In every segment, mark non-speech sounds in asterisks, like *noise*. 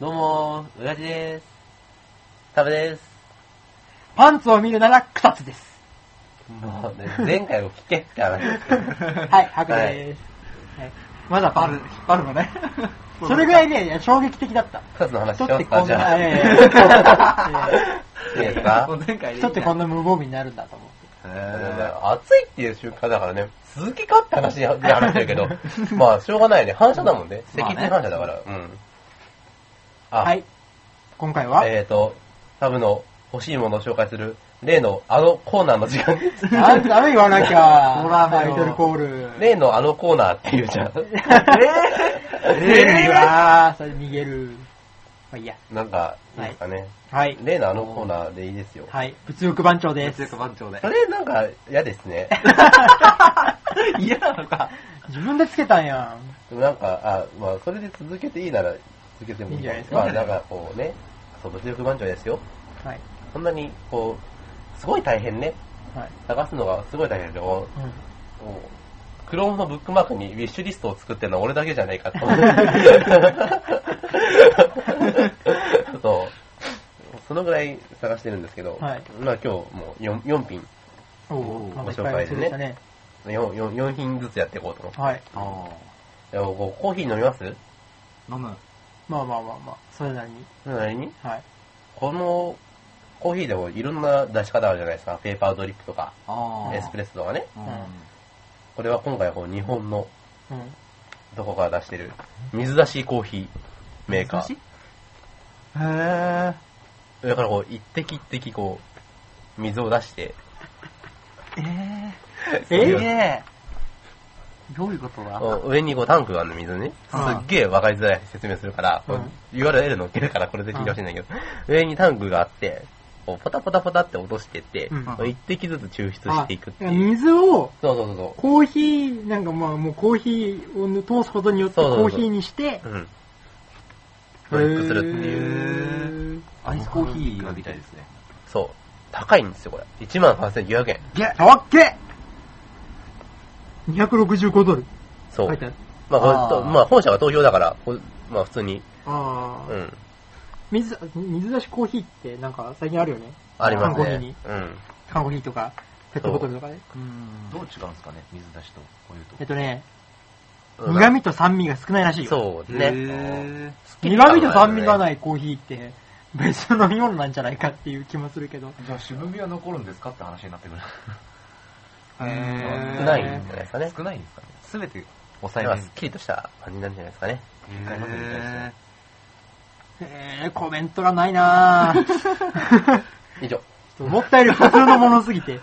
どうもー、うらじです。たぶです。パンツを見るなら草津 *laughs* です。もうね、前回を聞けって話ですけど。はい、白です、はいまだバル、引っ張るのね。 *laughs* それぐらいね、いや衝撃的だった。二つの話し人まっすてこかんじゃあ。な、えいいです *laughs* かもう *laughs* 前回えでいい人ってこんな。な無防備になるんだと思って。暑いっていう瞬間だからね、続きかって話に話してるけど、まあ、しょうがないね。反射だもんね。赤まあね外反射だから。うん。あ、はい。今回は、えーと、タブの欲しいものを紹介する、例のあのコーナーの時間です。なんだろ言わなきゃ。*laughs* ほらタイトルコール。例のあのコーナーっていうじゃん。 *laughs* えー、うわー、それ逃げる。まあいいや。なんか、いいですかね。はい。例のあのコーナーでいいですよ。はい。物欲番長で活す。躍番長でそ。れなんか嫌ですね。嫌なのか。自分でつけたんやん。でもなんか、あ、まあ、それで続けていいなら続けてもいいいいんじゃないですかまあ、なんかこうね、そう、物欲満潮ですよ。はい。そんなに、こう、すごい大変ね。はい。探すのがすごい大変で、こうんう、こうクロームのブックマークにウィッシュリストを作ってるのは俺だけじゃないかと。そう。そのぐらい探してるんですけど、はいまあ今日もう 4, 4品、おおお、ーなんかいっぱい忘れたね。 4, 4, 4品ずつやっていこうと思って。はい。あでもこうコーヒー飲みます飲む。まあまあまあまあ、それなりに。それなりにはい。このコーヒーでもいろんな出し方あるじゃないですか。ペーパードリップとか、ああ。エスプレッソとかね。うんこれは今回はこう日本のうん。どこから出してる水出しコーヒーメーカー。へー。だからこう一滴一滴こう水を出して、ええーー、どういうことだこう上にこうタンクがあるの水ね。すうんっげえわかりづらい説明するから、こううん URL 載っけるからこれで聞いてほしいんだけど、上にタンクがあって、こうポタポタポタって落としてってうん、こう一滴ずつ抽出していくっていう。水をそうそうそうそコーヒー、なんかまあもうコーヒーを通すことによってそうそうそうコーヒーにして、う。うん。ドリップするっていう。いう。アイスコーヒーができたいですね。そう。高いんですよ、これ。1万8900円。げオッケー !265 ドル。そう。書いてある。まあ、これあーとまあ、本社が投票だから、こうまあ、普通に、ああ、うん、水、水出しコーヒーってなんか最近あるよね。あります缶コーヒーねに。うん。缶コーヒーとか、ペットボトルとかね。うん。どう違うんですかね、水出しと。こういうとえっ。とね、うん苦味と酸味が少ないらしいよ。そうへね。ー苦味と酸味がい。ないコーヒーって、別の飲み物なんじゃないかっていう気もするけど。じゃあ渋みは残るんですかって話になってくる。へ少ないんじゃないですかね。少ないんですかね。すべて抑えなんめかにすっきりとした感じなんじゃないですかね。一回混ぜてみたいですねえー、コメントがないなぁ。以上。思ったより普通のものすぎて。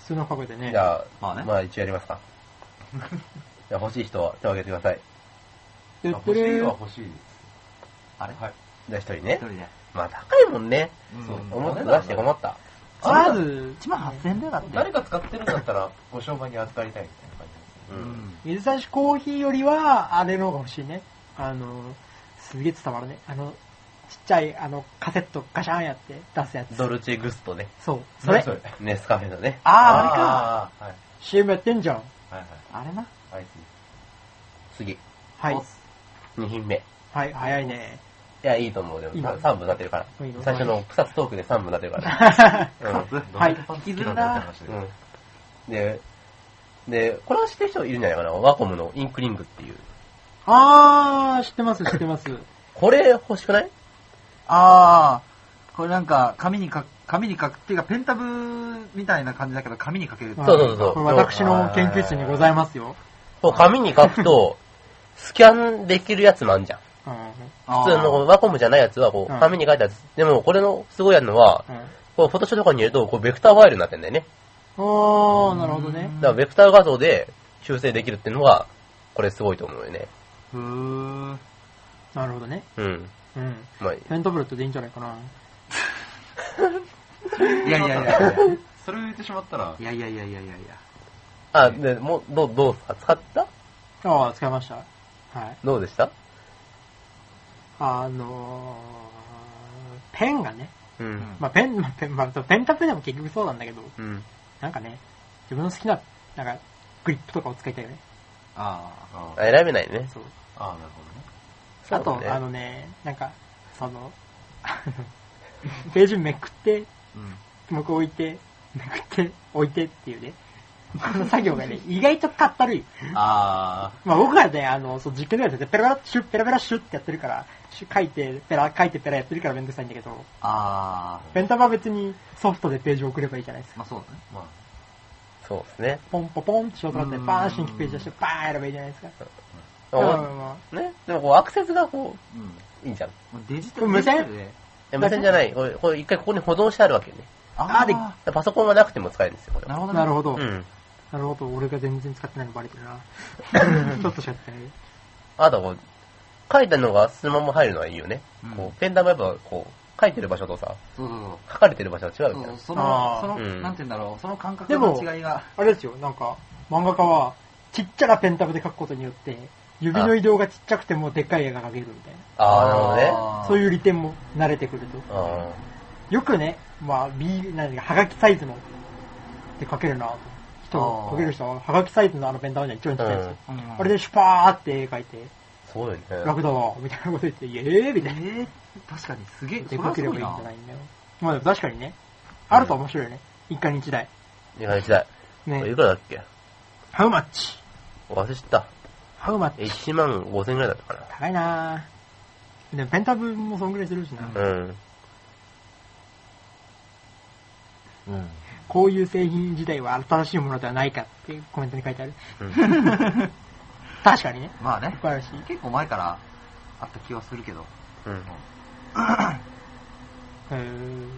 普通の過去でね。じゃまああ、ねまあ、一応やります *laughs* か。じゃあ、欲しい人は手を挙げてください。てっ欲てしいれのーは欲しいです。あれはい。じゃあ、一人ね。人で。まあ、高いもんね。うんそう。思って出して困った。まず、 1万8000円だよだって。誰が使ってるんだったら、ご商売に扱いたいみたいな感うん。じ。水差しコーヒーよりは、あれの方が欲しいね。あの、すげえ伝わるね。あの、ちっちゃい、あの、カセットガシャーンやって出すやつ。ドルチェグストね。そう。それ。れネスカフェのね。あー、あれか。あれか。 CM やってんじゃん。はい。はいあれな。はい。アイス。次。はいお。 2品目。はい、早いね。いや、いいと思う。でも、今3分になってるからいいの。最初の草津トークで3分になってるから。う *laughs* んはい引きずるなうん。で、で、これは知ってる人いるんじゃないかな。ワコムのインクリングっていう。あー、知ってます、知ってます。これ欲しくない *laughs* ああ、これなんか、紙にか、紙に書く、っていうか、ペンタブみたいな感じだけど、紙に書ける。んそうそうそうこれ私の研究室にございますよ。こう紙に書くと、スキャンできるやつもあんじゃん。うん。あー普通のワコムじゃないやつはこうんう紙に書いたやつ。でもこれのすごいやつのは、うん。こうフォトショーとかに入れるとこうベクターファイルになってんだよね。おー、なるほどね。だからベクター画像で修正できるっていうのは、これすごいと思うよね。ふー。なるほどね。うん。うん。まあ、ペンタブレットでいいんじゃないかな。いやいやいやいや。 *laughs* それを言ってしまったらい、やいやいやいやいやいや。あ、で、もう、どう、どうですか使ったあー、使いました。はい。どうでしたあのー、ペンがね。うん。まあ、ペン、まあ、ペン、まあ、ペンタブでも結局そうなんだけど、うん。なんかね、自分の好きな、なんか、グリップとかを使いたいよね。ああー選べないね。そう。あー、なるほどね。そあうだと、ねあのね、なんか、その、あのページめくって、向こう置いて、めくって、置いてっていうね、この作業がね、意外とかったるい。あまあ僕がね、あの、そう、実験ぐらいでペラペラシュッ、ペラペラシュッってやってるから、シュ書いて、ペラ、書いてペラやってるからめんどくさいんだけど、あ、あペンタブは別にソフトでページを送ればいいじゃないですか。あ、まあそうだね。まそうですね。ポンポポンってショートカットでうんバーン新規ページ出してバーンやればいいじゃないですか。だかおらまね、でもこうアクセスがこうん。う、いいじゃん。もうデジこタルれ無線デジタルで。え無線じゃない。これ、これ一回ここに保存してあるわけね。ああであパソコンがなくても使えるんですよ、これなは。るほあど、ね。なるほど。うん。なるほど。俺が全然使ってないのバレてるな。ちょっとしかやってない。あとこう、書いたのがそのまま入るのはいいよね。うんこう、ペンダムやっぱこう、書いてる場所とさ、そうそうそう。書かれてる場所は違うそみたいなう。そあの、ーその、うんなんて言うんだろう、その感覚でもの違いが。あれですよ、なんか、漫画家は、ちっちゃなペンタブで書くことによって、指の移動がちっちゃくてもでっかい絵が描けるみたいああ、なるほどね。な。そうう。いう利点も慣れてくると。あよくね、まあ、B、何か、はがきサイズの、で書けるなと。人あが、ー書ける人は、はがきサイズのあのペンタブには一応にちっちゃいんですよ。うんあれでシュパーって絵描いて、すごいね。楽だわ、みたいなこと言って、イエーイみえたいな。ー、確かにすげえ、そで書れはけすれごばいいいんなじゃ。ないんだよ。まあでも確かにね、あると面白いよね。一家に一台。日本時代。これいね。くらだっけ How much? 忘れちゃった。 How much? え1万5千円ぐらいだったか高いなぁ。でもペンタブもそんぐらいするしな、うんな。うん。うん。こういう製品自体は新しいものではないかっていうコメントに書いてある。うん確かにね。まあね素、晴らしい。結構前からあった気はするけど。うん。へー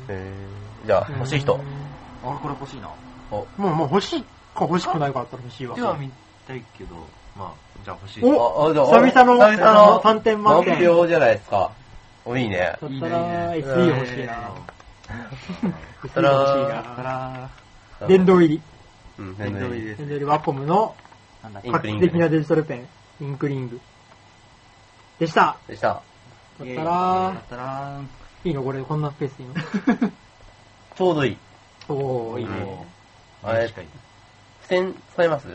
えーじゃあ、欲しい人。俺これ欲しいな。もう、もう欲しいか欲しくないかだったら欲しいわ。あ、では見たいけど、まあ、じゃあ欲しい。おあ、あじゃあ久々の久々の3点満点満票じゃないですか。お、いいね。だったら、いい SE 欲しいなそし SE たら欲しいだなから、殿堂入り。うん、面倒いいい。です殿堂。入りワコムのなんだっイけン画クリ期ング的なデジタルペン、インクリング。でした。でした。だっただらっ、たら、いいのこれ、こんなスペースでいいちょうどいい。のおー、いいうんね。あれ確かに。付箋使います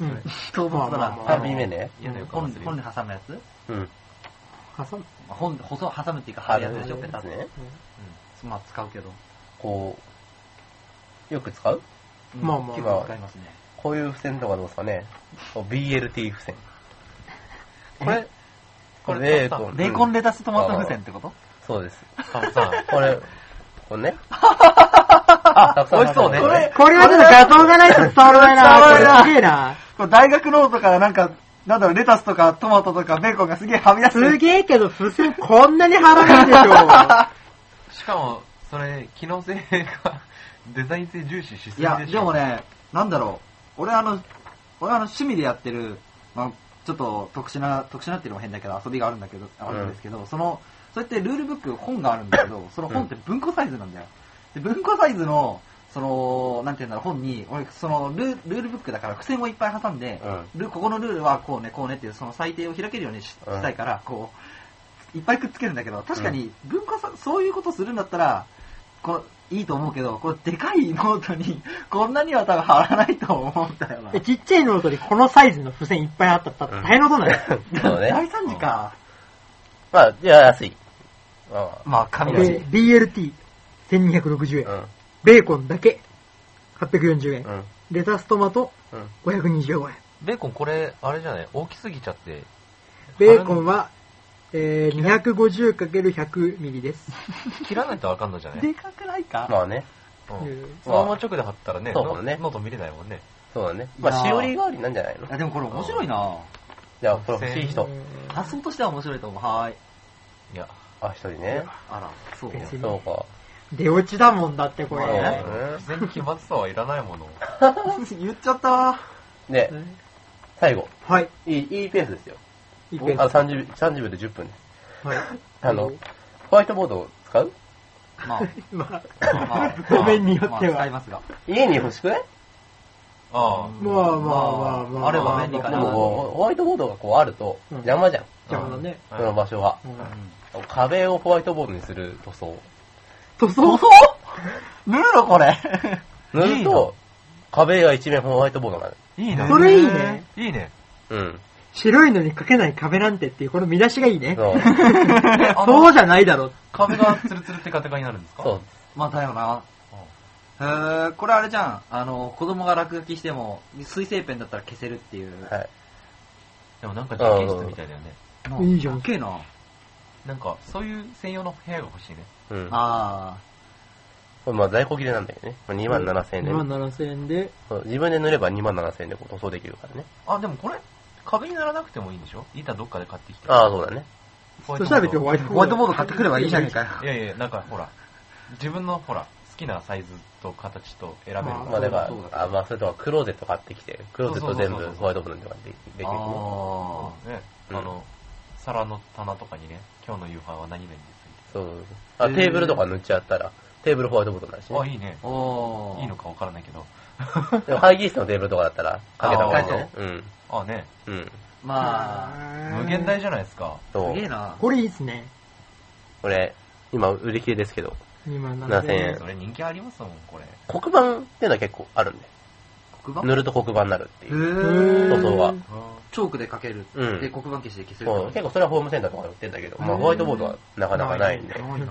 うん。当物だまあまあまな。あ ?3 品目ね。嫌な予本感がすでる。本で挟むやつまうん。挟む。あ本で細挟むっていうか貼貼るるやつやつでしょ、でペタッすと。ね。うんまあ使うけど。こう、よく使ううんまあまあ結構使いますね。こういう付箋とかどうですかね。こう BLT 付箋。これ、これ、使ったうんベーコンレタストマト風船ってことそうです。サムさん。これ、これね。あ美味しそうねこれ、これはちょっと画像がないと伝わらないな。これすげえな。これ大学ノートからなんか、なんだろう、レタスとかトマトとかベーコンがすげえはみ出してする。げえけど、普通こんなに貼らないでしょ。しかも、それ、機能性が、デザイン性重視しすぎでしょいや、でも。ね、なんだろう、俺あの、俺あの趣味でやってる、まあ、ちょっと特殊な、特殊なっていうのも変だけど、遊びがあるんだけど、あるんですけど、その、そうやってルールブック、本があるんだけど、その本って文庫サイズなんだよ。で、文庫サイズの、その、なんていうんだろう、本に、俺、そのルー、ルールブックだから付箋をいっぱい挟んで、うんルここのルールはこうね、こうねっていう、その裁定を開けるようにしうんしたいから、こう、いっぱいくっつけるんだけど、確かに、文化さ、そういうことするんだったら、こういいと思うけど、これでかいノートに、こんなには多分貼らないと思うんだよな *laughs* え。ちっちゃいノートにこのサイズの付箋いっぱいあったら大変なことになる。そう *laughs* 大ね。惨事か。まあ、いや、安い。ままあ、紙だでし。 BLT、1260円。あ、ベーコンだけ、840円う。ん。レタストマト、うん。 525円。ベーコンこれ、あれじゃない大きすぎちゃって。ベーコンは、えー、250×100 ミリです。切らないとわかんのじゃないでかくないか、まあね。うんうんそのまま直で貼ったらね、そうだねノート見れないもんね。そうだね。まあ、いしやーおり代わりなんじゃないのあでもこれ面白いなじゃあ、これ欲しい人。発想としては面白いと思う。はーい。いや、あ、一人ね。あら、そう。ですそうか。出落ちだもんだって、こまれあ。ねうん事前に決まってたはいらないもの。 *laughs* 言っちゃったわ。で、最後。はい。いい、いいペースですよ。いいペースあ、30、30秒で10分です。はい。あの、ホワイトボードを使うまあ、ままあ、あまあ、ごめんによってはまあ使いますが。家に欲しくないああ。まあまあまあまあ。あれば便利かでなもこう、ホワイトボードがこうあるとうん邪魔じゃん。邪魔だね。その場所が。うん壁をホワイトボードにする塗装。塗装塗るのこれ。塗ると、壁が一面ホワイトボードになる。いいね。それいいね。いいね。うん。白いのに書けない壁なんてっていう、この見出しがいいね。そう。あそのうじゃないだろ。壁がツルツルってカテカになるんですかそう。まあだよな。へーこれあれじゃん。あの、子供が落書きしても、水性ペンだったら消せるっていう。はい。でもなんか実験室みたいだよね。ないいじゃんかっけえな。なんか、そういう専用の部屋が欲しいね。うん。あこれまあ在庫切れなんだけどね。まあ、2万7000円で、 2万7000円で、そう自分で塗れば2万7000円でこう塗装できるからね。あ、でもこれ、壁にならなくてもいいんでしょ板どっかで買ってきて。ああ、そうだね。ホワそイトしボたらー別にドホをワイトあ。ボホワーイドトボード買ってくればいいじゃねえかよ。いやいや、なんかほら、自分のほら、好きなサイズと形と選べるあまあだからそうだ、あまあそれとかクローゼット買ってきて、クローゼット全部そうそうそうそうホワイトボードとかでできるしね。あね、うんあの、皿の棚とかにね、今日の夕飯は何々ですみそうそうそうあ、テーブルとか塗っちゃったら、テーブルホワイトボードになるし、たいな。あ、ね。いいねー。。おー。いいのかわからないけど。でも会議室のテーブルとかだったら、かけた方がいいあね。うん。あね、うん。あまー無限大じゃないですか。あ、そすげえう。な。これいいっすね。これ、今売り切れですけど、 2万7000 7000円円。それ人気ありますもん、これ。黒板っていうのは結構あるんで。黒板塗ると黒板になるってへいう。塗ー装はチョークで書ける。うんで、黒板消しで消せる。そう結構それはホームセンターとかで売ってんだけど、まうあんホワイトボードはなかなかないんです。ごいなうん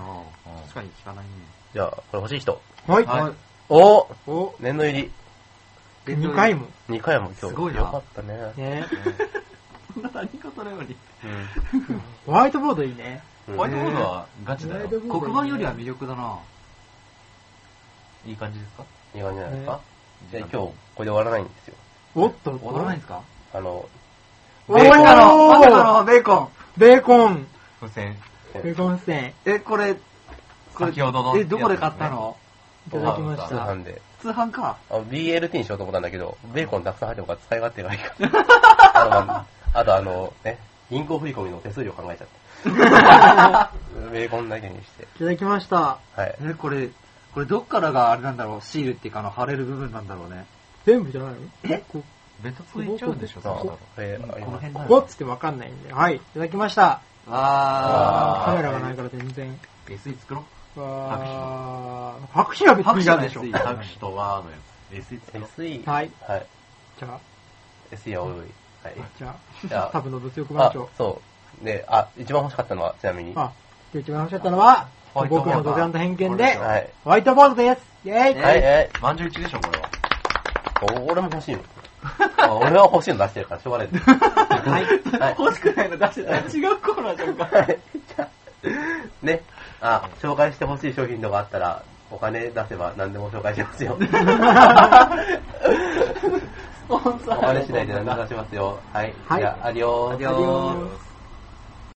確かに聞かないね。じゃあ、これ欲しい人。はい。はいおおお、念の入り。 2回も。 2回も今日。すごいなよかったね。ね。 *laughs* 何事のように。うん。ホワイトボードいいね。うんホワイトボードはガチだよ。黒黒板よりは魅力だな。いい感じですかいい感じじゃないですか。で、今日、日これで終わらないんですよ。おっと、踊らないんですかあの、おベーコンまさかの、まさかーのベーコン。ベーコン付箋、ベーコン線え、これ、これ先ほどのえ、どこで買ったのいただきまし通た。販で。通販か。あの BLT にしようと思ったんだけど、ベーコンたくさん入ってるから使い勝手がいいから。あのまああとあの、ね、銀行振り込みの手数料考えちゃって。ベーコンだけにして。いただきました。はい。え、これ、これどっからがあれなんだろう、シールっていうかあの、貼れる部分なんだろうね。全部じゃないのえこベッドついちゃうんでしょ、そまあうこれ、こありのます辺だこよこっつってわかんないんで。はい、いただきました。わー。カメラがないから全然。 SE 作ろう。わー。拍手がびっくりしたでしょ。拍手がびっくりタクシとワーのやつ。SE 作ろう。 SE。はい。はい。じゃ SE は多い。はい。あ、じゃじゃあ、あ多分の物欲番あ長。、そう。で、あ、一番欲しかったのは、ちなみに。はあ、で、一番欲しかったのは、ホワイトボー僕ドの独断と偏見これででしい。ょ、はい、ホワイトボードですイェイはい。満場一致でしょ、これは。お俺も欲しいの。あ俺は欲しいの出してるから、しょうがないです。はい。はい。欲しくないの出してた。違うコーナーじゃんか。じゃあね。あ、紹介してほしい商品とかあったら、お金出せば何でも紹介しますよ。スポンサーお金次第で何でも出しますよ。はい。はいじゃあ、アディオーアディオース